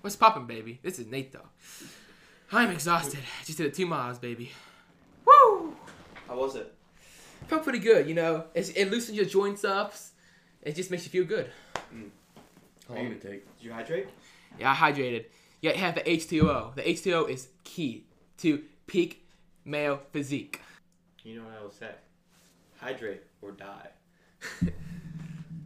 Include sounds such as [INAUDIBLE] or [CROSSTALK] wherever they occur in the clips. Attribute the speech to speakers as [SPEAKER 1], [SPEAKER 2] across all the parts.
[SPEAKER 1] What's poppin', baby? This is Nate, though. I'm exhausted. I just did two miles, baby. Woo!
[SPEAKER 2] How was it?
[SPEAKER 1] Felt pretty good, you know. It's, it loosens your joints up. It just makes you feel good.
[SPEAKER 3] How long did it take?
[SPEAKER 2] Did you hydrate?
[SPEAKER 1] Yeah, I hydrated. You gotta have the H2O. The H2O is key to peak male physique.
[SPEAKER 2] You know what I will say. Hydrate or die.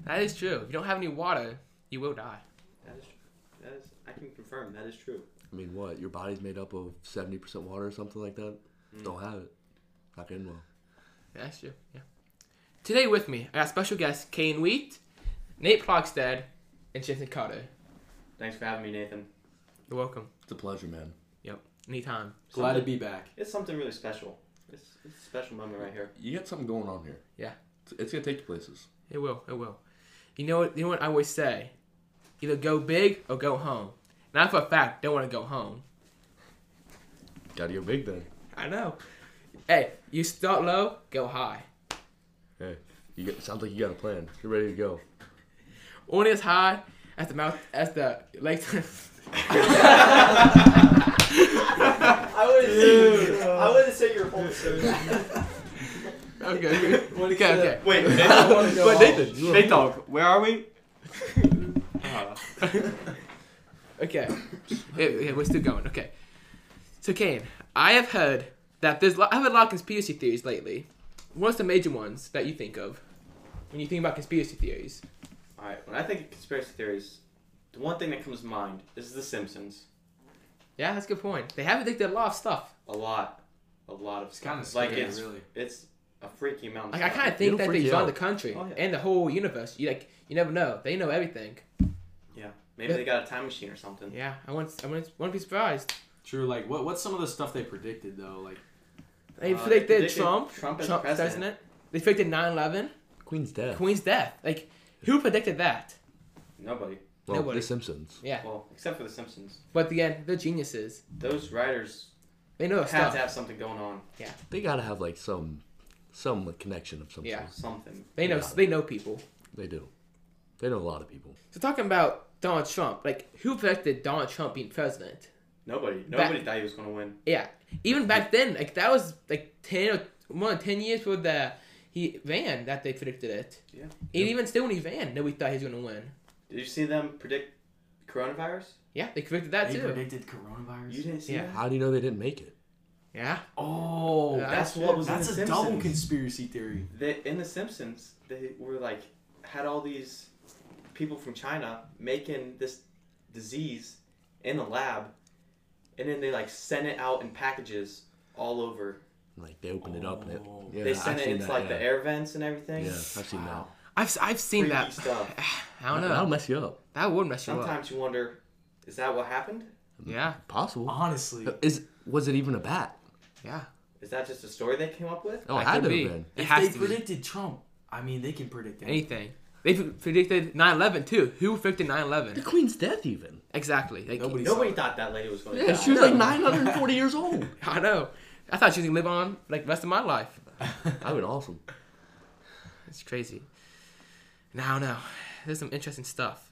[SPEAKER 1] That is true. If you don't have any water, you will die.
[SPEAKER 2] That is true. That is. I can confirm that is true.
[SPEAKER 3] I mean, what? Your body's made up of 70% water or something like that? Don't have it. Not getting well.
[SPEAKER 1] Yeah, that's true. Yeah. Today with me, I got special guests Kane Wheat, Nate Plogstad, and Jason Carter.
[SPEAKER 2] Thanks for having me, Nathan.
[SPEAKER 1] You're welcome.
[SPEAKER 3] It's a pleasure, man.
[SPEAKER 1] Yep. Anytime.
[SPEAKER 4] Glad to be back.
[SPEAKER 2] It's something really special. It's, it's a special moment right [LAUGHS] here.
[SPEAKER 3] You got something going on here.
[SPEAKER 1] Yeah.
[SPEAKER 3] It's, it's going to take you places.
[SPEAKER 1] It will. It will. You know what? You know what I always say. Either go big or go home. And I, for a fact, don't want to go home.
[SPEAKER 3] Gotta go big then.
[SPEAKER 1] I know. Hey, you start low, go high.
[SPEAKER 3] Hey, you got, sounds like you got a plan. You're ready to [LAUGHS] go.
[SPEAKER 1] Only as high as the mouth, as the [LAUGHS] legs.
[SPEAKER 2] I wouldn't say. I wouldn't say your whole service.
[SPEAKER 1] okay. Okay. Okay. okay.
[SPEAKER 2] [LAUGHS] Wait, Nathan,
[SPEAKER 3] [LAUGHS] But Nathan, you
[SPEAKER 2] Nate Dog, where are [LAUGHS] we?
[SPEAKER 1] Okay. yeah, yeah, we're still going. Okay. So, Kane, I have heard that there's. lo- I've heard a lot of conspiracy theories lately. What's the major ones that you think of when you think about conspiracy theories?
[SPEAKER 2] All right. When I think of conspiracy theories, the one thing that comes to mind is The Simpsons.
[SPEAKER 1] Yeah, that's a good point. They have predicted a lot of stuff.
[SPEAKER 2] A lot, a lot of. It's
[SPEAKER 4] kinda
[SPEAKER 2] like
[SPEAKER 4] scary,
[SPEAKER 2] it's
[SPEAKER 4] really.
[SPEAKER 2] it's a freaky amount.
[SPEAKER 1] Like I kind
[SPEAKER 2] of
[SPEAKER 1] of think that
[SPEAKER 3] freak
[SPEAKER 1] they
[SPEAKER 3] you
[SPEAKER 1] run
[SPEAKER 3] out.
[SPEAKER 1] the country
[SPEAKER 2] Oh, yeah.
[SPEAKER 1] and the whole universe. You like, you never know. They know everything.
[SPEAKER 2] stuff. yeah. Maybe they got a time machine or something.
[SPEAKER 1] Yeah, I wouldn't. I wouldn't, wouldn't be surprised.
[SPEAKER 4] True. Like, what what's some of the stuff they predicted though? Like,
[SPEAKER 1] They
[SPEAKER 2] Uh,
[SPEAKER 1] predicted,
[SPEAKER 2] predicted
[SPEAKER 1] Trump,
[SPEAKER 2] Trump as
[SPEAKER 1] Trump
[SPEAKER 2] president.
[SPEAKER 1] They predicted 9/11,
[SPEAKER 3] Queen's dead.
[SPEAKER 1] Queen's death. Like, who predicted that?
[SPEAKER 2] Nobody.
[SPEAKER 3] well,
[SPEAKER 1] nobody.
[SPEAKER 3] The Simpsons.
[SPEAKER 1] Yeah,
[SPEAKER 2] Well, except for The Simpsons.
[SPEAKER 1] but again, they're geniuses.
[SPEAKER 2] Those writers
[SPEAKER 1] They know
[SPEAKER 2] have
[SPEAKER 1] Oh, stuff.
[SPEAKER 2] to have something going on.
[SPEAKER 3] They gotta have like some, some like, connection of some
[SPEAKER 1] Yeah.
[SPEAKER 3] sort.
[SPEAKER 2] Something.
[SPEAKER 1] They know.
[SPEAKER 3] Yeah.
[SPEAKER 1] They know people.
[SPEAKER 3] They do. They know a lot of people.
[SPEAKER 1] So talking about Donald Trump, like who predicted Donald Trump being president?
[SPEAKER 2] Nobody. Nobody thought he was gonna win.
[SPEAKER 1] Yeah, even back then, like that was like ten or more than ten years before the he ran that they predicted it.
[SPEAKER 2] Yeah.
[SPEAKER 1] And even still, when he ran, nobody thought he was gonna win.
[SPEAKER 2] Did you see them predict coronavirus?
[SPEAKER 1] Yeah, they predicted that
[SPEAKER 4] they
[SPEAKER 1] too.
[SPEAKER 4] predicted coronavirus.
[SPEAKER 2] You didn't see
[SPEAKER 1] Yeah.
[SPEAKER 2] that.
[SPEAKER 3] How do you know they didn't make it?
[SPEAKER 1] yeah,
[SPEAKER 4] oh,
[SPEAKER 1] Yeah.
[SPEAKER 4] that's
[SPEAKER 2] That's what was
[SPEAKER 4] that's a
[SPEAKER 2] in The
[SPEAKER 4] double
[SPEAKER 2] Simpsons.
[SPEAKER 4] conspiracy theory.
[SPEAKER 2] They, in The Simpsons, they were like had all these people from China making this disease in the lab, and then they like sent it out in packages all over.
[SPEAKER 3] Like they opened it up and it.
[SPEAKER 4] Oh.
[SPEAKER 3] Yeah,
[SPEAKER 2] they sent
[SPEAKER 3] I've
[SPEAKER 2] it
[SPEAKER 3] seen
[SPEAKER 2] into
[SPEAKER 3] that,
[SPEAKER 2] like
[SPEAKER 3] yeah.
[SPEAKER 2] the air vents and everything.
[SPEAKER 3] Yeah, I've seen
[SPEAKER 4] Wow.
[SPEAKER 1] I've I've seen
[SPEAKER 2] Freaky
[SPEAKER 1] that.
[SPEAKER 2] stuff.
[SPEAKER 1] [SIGHS] I don't
[SPEAKER 3] that. That'll
[SPEAKER 1] know.
[SPEAKER 3] mess you up.
[SPEAKER 1] That would mess you up.
[SPEAKER 2] Sometimes you wonder, is that what happened?
[SPEAKER 1] Yeah,
[SPEAKER 3] Possible.
[SPEAKER 4] Honestly,
[SPEAKER 3] Is was it even a bat?
[SPEAKER 1] yeah.
[SPEAKER 2] Is that just a story they came up with?
[SPEAKER 3] Oh, it
[SPEAKER 1] That could
[SPEAKER 3] had to
[SPEAKER 1] be.
[SPEAKER 3] have been.
[SPEAKER 1] It
[SPEAKER 4] if
[SPEAKER 1] has
[SPEAKER 4] they
[SPEAKER 1] to be
[SPEAKER 4] predicted Trump, I mean, they can predict anything.
[SPEAKER 1] anything. They pre- predicted 9/11 too. Who predicted
[SPEAKER 3] The
[SPEAKER 1] 9/11?
[SPEAKER 3] Queen's death even.
[SPEAKER 1] Exactly. Like,
[SPEAKER 4] Nobody saw
[SPEAKER 2] Nobody
[SPEAKER 4] it.
[SPEAKER 2] thought that lady was going to
[SPEAKER 3] Yeah,
[SPEAKER 2] die.
[SPEAKER 3] she was like 940 years old.
[SPEAKER 1] [LAUGHS] I know. I thought she was gonna live on like the rest of my life.
[SPEAKER 3] That would been awesome.
[SPEAKER 1] It's crazy. Now, no, there's some interesting stuff.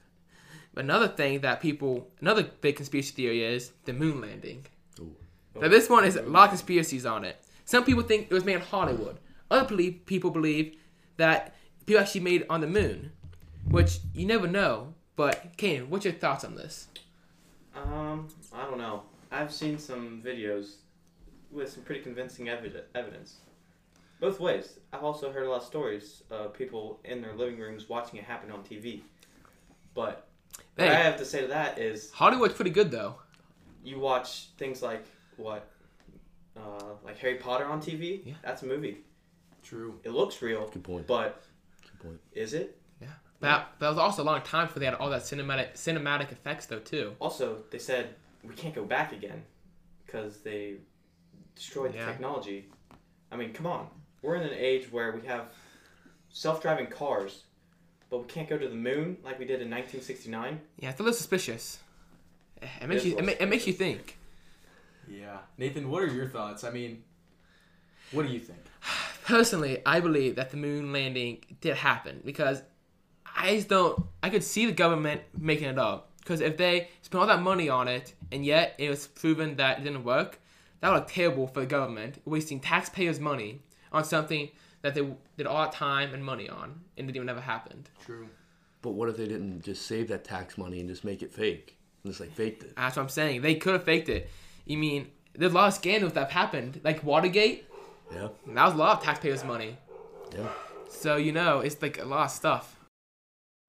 [SPEAKER 1] But another thing that people, another big conspiracy theory is the moon landing.
[SPEAKER 3] Ooh.
[SPEAKER 1] Now, this one is a lot of conspiracies on it. Some people think it was made in Hollywood. Other believe, people believe that people actually made it on the moon, which you never know. But, Kane, what's your thoughts on this?
[SPEAKER 2] Um, I don't know. I've seen some videos with some pretty convincing evid- evidence. Both ways. I've also heard a lot of stories of people in their living rooms watching it happen on TV. But what I
[SPEAKER 1] Hey,
[SPEAKER 2] have to say to that is
[SPEAKER 1] Hollywood's pretty good, though.
[SPEAKER 2] you watch things like what? Uh, like Harry Potter on TV?
[SPEAKER 1] Yeah.
[SPEAKER 2] That's a movie.
[SPEAKER 4] True.
[SPEAKER 2] It looks real,
[SPEAKER 3] Good point.
[SPEAKER 2] but
[SPEAKER 3] Good point.
[SPEAKER 2] is it?
[SPEAKER 1] That, that was also a long time before they had all that cinematic cinematic effects, though, too.
[SPEAKER 2] Also, they said we can't go back again because they destroyed
[SPEAKER 1] Yeah.
[SPEAKER 2] the technology. I mean, come on. We're in an age where we have self-driving cars, but we can't go to the moon like we did in 1969.
[SPEAKER 1] Yeah, it's a little suspicious. It makes
[SPEAKER 2] is
[SPEAKER 1] you, it,
[SPEAKER 2] a
[SPEAKER 1] ma-
[SPEAKER 2] little
[SPEAKER 1] it makes you think.
[SPEAKER 4] Yeah, Nathan, what are your thoughts? I mean, what do you think?
[SPEAKER 1] personally, I believe that the moon landing did happen because I just don't. I could see the government making it up Because if they spent all that money on it and yet it was proven that it didn't work, that would look terrible for the government, wasting taxpayers' money on something that they did all that time and money on and it even never happened.
[SPEAKER 4] True.
[SPEAKER 3] But what if they didn't just save that tax money and just make it fake? And just like faked it.
[SPEAKER 1] That's what I'm saying. They could have faked it. You mean there's a lot of scandals that have happened, like Watergate.
[SPEAKER 3] Yeah.
[SPEAKER 1] That was a lot of taxpayers' money.
[SPEAKER 3] Yeah.
[SPEAKER 1] So you know, it's like a lot of stuff.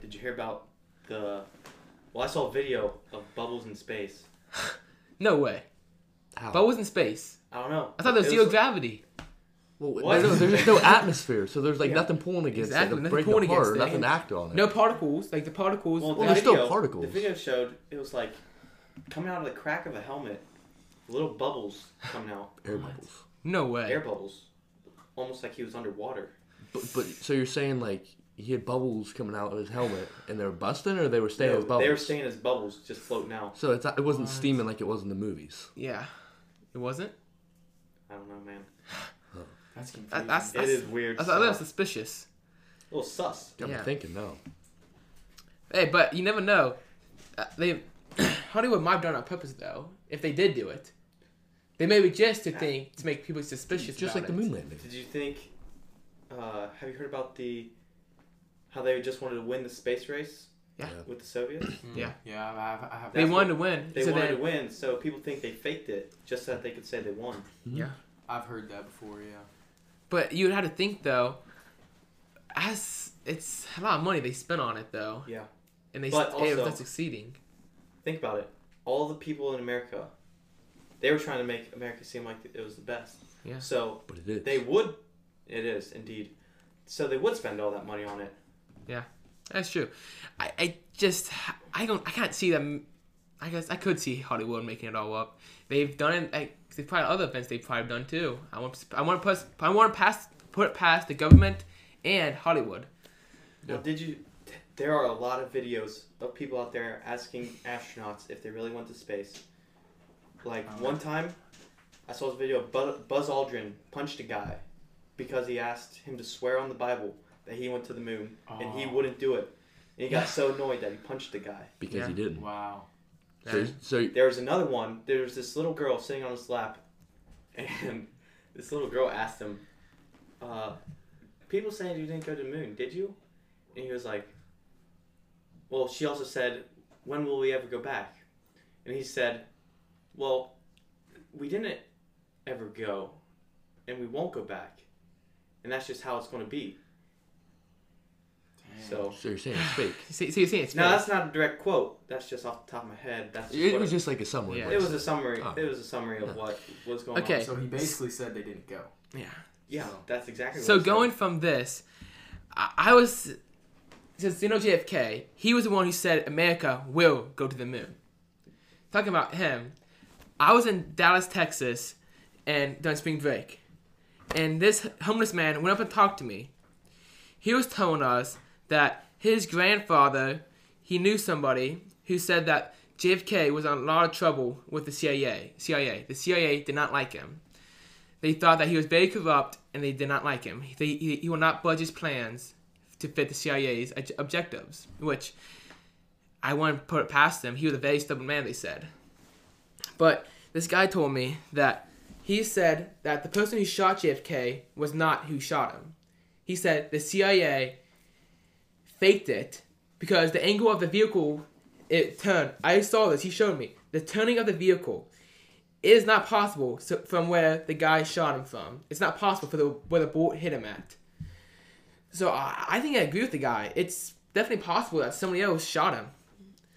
[SPEAKER 2] Did you hear about the? Well, I saw a video of bubbles in space.
[SPEAKER 1] No way.
[SPEAKER 3] How?
[SPEAKER 1] But it was in space.
[SPEAKER 2] I don't know.
[SPEAKER 1] I thought there was
[SPEAKER 2] It
[SPEAKER 1] zero gravity.
[SPEAKER 3] Well,
[SPEAKER 2] What?
[SPEAKER 3] There's, no, there's no atmosphere, so there's like
[SPEAKER 2] Yeah.
[SPEAKER 3] nothing pulling against
[SPEAKER 1] Exactly,
[SPEAKER 3] it,
[SPEAKER 1] nothing
[SPEAKER 3] to break
[SPEAKER 1] pulling
[SPEAKER 3] it apart,
[SPEAKER 1] against it.
[SPEAKER 3] nothing to act on it.
[SPEAKER 1] No particles. Like the particles.
[SPEAKER 2] Well,
[SPEAKER 1] they-
[SPEAKER 2] the
[SPEAKER 3] there's still
[SPEAKER 2] video-
[SPEAKER 3] particles.
[SPEAKER 2] The video showed it was like coming out of the crack of a helmet, little bubbles coming out,
[SPEAKER 3] Air bubbles.
[SPEAKER 1] no way.
[SPEAKER 2] air bubbles, almost like he was underwater.
[SPEAKER 3] But, but so you're saying like he had bubbles coming out of his helmet, and they were busting, or they were staying
[SPEAKER 2] No,
[SPEAKER 3] as bubbles.
[SPEAKER 2] They were staying as bubbles, just floating out.
[SPEAKER 3] So it's not, it wasn't
[SPEAKER 1] What?
[SPEAKER 3] steaming like it was in the movies.
[SPEAKER 1] yeah, it wasn't.
[SPEAKER 2] I don't know, man.
[SPEAKER 4] That's confusing.
[SPEAKER 1] That, that's,
[SPEAKER 2] It
[SPEAKER 1] that's,
[SPEAKER 2] is weird.
[SPEAKER 1] that's, that's,
[SPEAKER 2] stuff.
[SPEAKER 1] suspicious.
[SPEAKER 2] a little sus.
[SPEAKER 3] I'm
[SPEAKER 1] Yeah.
[SPEAKER 3] thinking no.
[SPEAKER 1] Hey, but you never know. Uh, they [CLEARS THROAT] Hollywood might have done it on purpose though. If they did do it, they maybe just to think to make people suspicious.
[SPEAKER 3] Just like
[SPEAKER 1] about
[SPEAKER 3] the
[SPEAKER 1] it.
[SPEAKER 3] moon landing.
[SPEAKER 2] Did you think? Uh, have you heard about the? How they just wanted to win the space race
[SPEAKER 1] Yeah.
[SPEAKER 3] Yeah.
[SPEAKER 2] with
[SPEAKER 1] [CLEARS THROAT]
[SPEAKER 2] the Soviets.
[SPEAKER 4] Mm,
[SPEAKER 1] Yeah.
[SPEAKER 4] Yeah, I have. I have
[SPEAKER 1] They
[SPEAKER 2] That's
[SPEAKER 1] wanted to win.
[SPEAKER 2] They
[SPEAKER 1] so
[SPEAKER 2] wanted
[SPEAKER 1] then-
[SPEAKER 2] to win, so people think they faked it just so that they could say they won.
[SPEAKER 1] Yeah.
[SPEAKER 4] I've heard that before. Yeah.
[SPEAKER 1] But you would have to think though, as it's a lot of money they spent on it though,
[SPEAKER 2] Yeah.
[SPEAKER 1] and they
[SPEAKER 2] But
[SPEAKER 1] st- it was
[SPEAKER 2] also-
[SPEAKER 1] not succeeding.
[SPEAKER 2] Think about it. All the people in America, they were trying to make America seem like it was the best.
[SPEAKER 1] Yeah.
[SPEAKER 2] So
[SPEAKER 3] But it is.
[SPEAKER 2] they would. It is indeed. So they would spend all that money on it.
[SPEAKER 1] That's true. I, I just I don't I can't see them. I guess I could see Hollywood making it all up. They've done it. Like, they've probably other events they've probably done too. I want I want to put I want to pass put it past the government and Hollywood.
[SPEAKER 2] Now, did you? There are a lot of videos of people out there asking astronauts if they really went to space. Like
[SPEAKER 4] Oh.
[SPEAKER 2] one time, I saw this video. of Bu- Buzz Aldrin punched a guy because he asked him to swear on the Bible that he went to the moon, and he
[SPEAKER 4] Oh.
[SPEAKER 2] wouldn't do it. And he got so annoyed that he punched the guy.
[SPEAKER 3] because
[SPEAKER 1] Yeah.
[SPEAKER 3] he didn't.
[SPEAKER 4] Wow.
[SPEAKER 3] So, so
[SPEAKER 2] There was another one. There was this little girl sitting on his lap, and [LAUGHS] this little girl asked him, uh, "People saying you didn't go to the moon, did you?" And he was like, "Well." She also said, "When will we ever go back?" And he said, "Well, we didn't ever go, and we won't go back, and that's just how it's going to be."
[SPEAKER 4] Dang.
[SPEAKER 2] So.
[SPEAKER 3] so you're saying
[SPEAKER 2] [SIGHS]
[SPEAKER 3] it's fake.
[SPEAKER 1] So, so you're saying it's
[SPEAKER 2] No,
[SPEAKER 1] fake.
[SPEAKER 2] that's not a direct quote. That's just off the top of my head. That's just
[SPEAKER 3] It,
[SPEAKER 2] what
[SPEAKER 3] was just like a summary.
[SPEAKER 1] Yeah.
[SPEAKER 2] It was a summary.
[SPEAKER 3] Oh.
[SPEAKER 2] It was a summary
[SPEAKER 3] Yeah.
[SPEAKER 2] of what was going
[SPEAKER 1] Okay.
[SPEAKER 2] on.
[SPEAKER 4] So he basically said they didn't go.
[SPEAKER 1] yeah.
[SPEAKER 2] Yeah,
[SPEAKER 4] So-
[SPEAKER 2] that's exactly.
[SPEAKER 1] So
[SPEAKER 2] what it said.
[SPEAKER 1] going from this, I, I was since you know JFK, he was the one who said America will go to the moon. Talking about him, I was in Dallas, Texas, and during spring break, and this homeless man went up and talked to me. He was telling us that his grandfather, he knew somebody who said that JFK was in a lot of trouble with the CIA. CIA, the CIA did not like him. They thought that he was very corrupt and they did not like him. They, he, he will not budge his plans to fit the CIA's ob- objectives, which I wouldn't put it past him. He was a very stubborn man, they said. But this guy told me that he said that the person who shot JFK was not who shot him. He said the CIA faked it because the angle of the vehicle it turned. I saw this. He showed me the turning of the vehicle it is not possible so, from where the guy shot him from. It's not possible for the where the bullet hit him at. So I, I think I agree with the guy. It's definitely possible that somebody else shot him.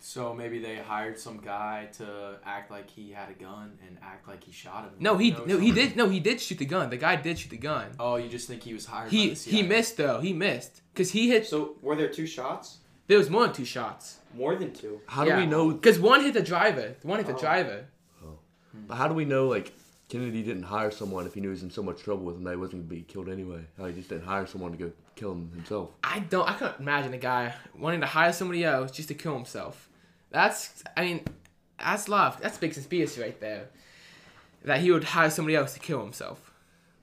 [SPEAKER 4] So maybe they hired some guy to act like he had a gun and act like he shot him.
[SPEAKER 1] No, he
[SPEAKER 4] You know,
[SPEAKER 1] no he
[SPEAKER 4] something-
[SPEAKER 1] did no he did shoot the gun. The guy did shoot the gun.
[SPEAKER 4] Oh, you just think he was hired? by
[SPEAKER 1] He
[SPEAKER 4] the
[SPEAKER 1] he
[SPEAKER 4] CIA.
[SPEAKER 1] missed though. He missed because he hit.
[SPEAKER 2] So were there two shots?
[SPEAKER 1] There was more than two shots.
[SPEAKER 2] More than two.
[SPEAKER 3] How do we know?
[SPEAKER 1] Because one hit the driver. One hit the
[SPEAKER 2] Oh.
[SPEAKER 1] driver.
[SPEAKER 3] But how do we know like Kennedy didn't hire someone if he knew he was in so much trouble with him that he wasn't gonna be killed anyway? How he just didn't hire someone to go kill him himself?
[SPEAKER 1] I don't. I can't imagine a guy wanting to hire somebody else just to kill himself. That's. I mean, that's love. That's a big conspiracy right there. That he would hire somebody else to kill himself.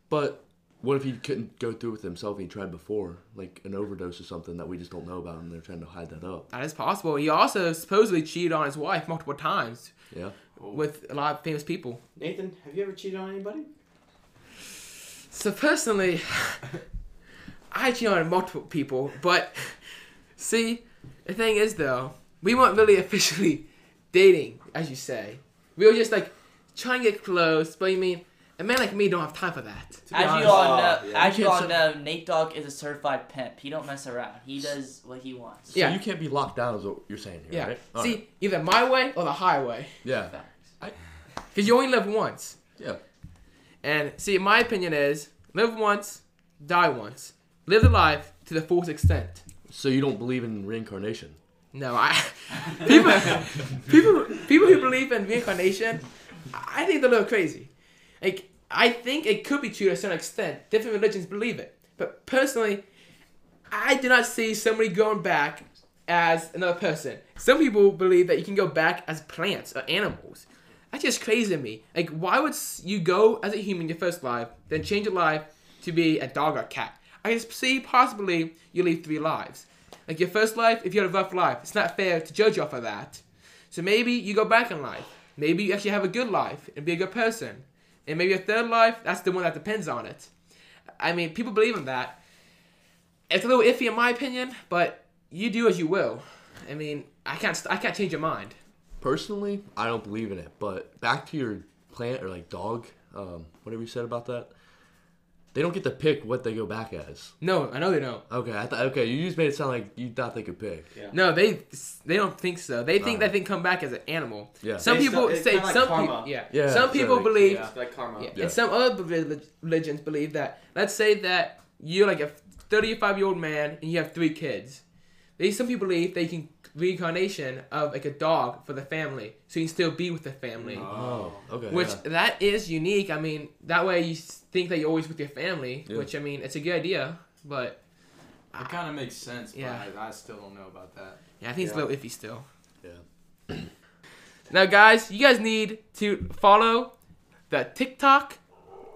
[SPEAKER 3] But What if he couldn't go through with himself? He tried before, like an overdose or something that we just don't know about, and they're trying to hide that up.
[SPEAKER 1] That is possible. He also supposedly cheated on his wife multiple times
[SPEAKER 3] Yeah.
[SPEAKER 1] with a lot of famous people.
[SPEAKER 2] Nathan, have you ever cheated on anybody?
[SPEAKER 1] So personally, I cheated on multiple people, but see, the thing is though, we weren't really officially dating, as you say. We were just like trying to get close, but you mean a man like me don't have time for that.
[SPEAKER 4] To be
[SPEAKER 5] As you
[SPEAKER 4] honest-
[SPEAKER 5] all know,
[SPEAKER 2] honest- Oh, yeah.
[SPEAKER 5] as you
[SPEAKER 3] You
[SPEAKER 5] all
[SPEAKER 3] can't
[SPEAKER 5] know, Nate Dogg is a certified pimp. He don't mess around. He does what he wants.
[SPEAKER 3] So
[SPEAKER 1] Yeah.
[SPEAKER 3] you can't be locked down, is what you're saying here,
[SPEAKER 1] Yeah.
[SPEAKER 3] right? All
[SPEAKER 1] see,
[SPEAKER 3] right.
[SPEAKER 1] either my way or the highway,
[SPEAKER 3] Yeah.
[SPEAKER 5] Facts.
[SPEAKER 1] because you only live once.
[SPEAKER 3] Yeah.
[SPEAKER 1] And see, my opinion is live once, die once. Live the life to the fullest extent.
[SPEAKER 3] So you don't believe in reincarnation?
[SPEAKER 1] No, I people people people who believe in reincarnation, I think they're a little crazy. Like I think it could be true to a certain extent. Different religions believe it, but personally, I do not see somebody going back as another person. Some people believe that you can go back as plants or animals. That's just crazy to me. Like, why would s- you go as a human your first life, then change your life to be a dog or a cat? I can see possibly you live three lives. Like your first life, if you had a rough life, it's not fair to judge you off of that. So maybe you go back in life. Maybe you actually have a good life and be a good person. And maybe your third life, that's the one that depends on it. I mean, people believe in that. It's a little iffy in my opinion, but you do as you will. I mean, I can't st- I can't change your mind.
[SPEAKER 3] Personally, I don't believe in it. But back to your plant or like dog, um, whatever you said about that, they don't get to pick what they go back as.
[SPEAKER 1] No, I know they don't.
[SPEAKER 3] Okay, I thought. Okay, you just made it sound like you thought they could pick.
[SPEAKER 2] Yeah.
[SPEAKER 1] No, they they don't think so. They think
[SPEAKER 3] Uh-huh.
[SPEAKER 1] that they come back as an animal.
[SPEAKER 3] Yeah.
[SPEAKER 1] Some
[SPEAKER 2] It's
[SPEAKER 1] people
[SPEAKER 2] not- it's
[SPEAKER 1] say
[SPEAKER 2] kinda like
[SPEAKER 1] some
[SPEAKER 2] karma.
[SPEAKER 1] people yeah.
[SPEAKER 3] Yeah,
[SPEAKER 1] Some
[SPEAKER 3] so
[SPEAKER 1] people
[SPEAKER 3] like-
[SPEAKER 1] believe
[SPEAKER 4] Yeah.
[SPEAKER 2] It's like karma.
[SPEAKER 1] Yeah.
[SPEAKER 3] Yeah.
[SPEAKER 1] Uh, And some other relig- religions believe that. Let's say that you're like a 35 year old man and you have three kids. They some people believe they can reincarnation of like a dog for the family, so you can still be with the family.
[SPEAKER 3] Oh, okay.
[SPEAKER 1] Which
[SPEAKER 3] yeah.
[SPEAKER 1] that is unique. I mean, that way you s- think that you're always with your family,
[SPEAKER 3] Yeah.
[SPEAKER 1] which I mean, it's a good idea. But
[SPEAKER 4] It kind of makes sense, but
[SPEAKER 1] Yeah.
[SPEAKER 4] I, I still don't know about that.
[SPEAKER 1] yeah, I think it's a
[SPEAKER 2] Yeah.
[SPEAKER 1] little iffy still.
[SPEAKER 3] Yeah.
[SPEAKER 1] now, guys, you guys need to follow the TikTok,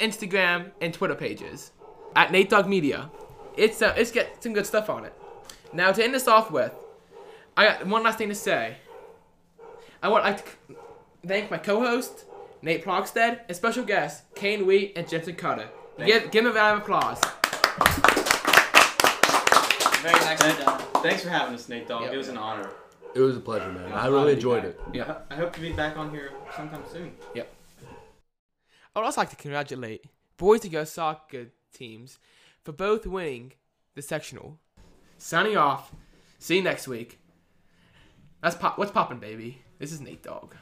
[SPEAKER 1] Instagram, and Twitter pages at Nate Dogg Media. It's uh, it's got some good stuff on it. Now to end this off with, I got one last thing to say. I want like to c- thank my co-host Nate Plogstead and special guests Kane Wheat and Jensen Carter.
[SPEAKER 2] Thank
[SPEAKER 1] Give give them a round of applause.
[SPEAKER 5] Very nicely
[SPEAKER 2] Thank-
[SPEAKER 5] done.
[SPEAKER 2] Thanks for having us, Nate Dog.
[SPEAKER 1] Yeah.
[SPEAKER 2] It was an honor.
[SPEAKER 3] It was a pleasure, man.
[SPEAKER 4] Yeah,
[SPEAKER 3] I
[SPEAKER 4] I'm glad
[SPEAKER 3] really
[SPEAKER 4] to be
[SPEAKER 3] enjoyed
[SPEAKER 4] back.
[SPEAKER 3] it.
[SPEAKER 1] Yeah.
[SPEAKER 2] I hope to be back on here sometime soon.
[SPEAKER 1] I would also like to congratulate boys and girls soccer teams for both winning the sectional. Signing off. See you next week. That's pop. What's poppin', baby? This is Nate Dogg.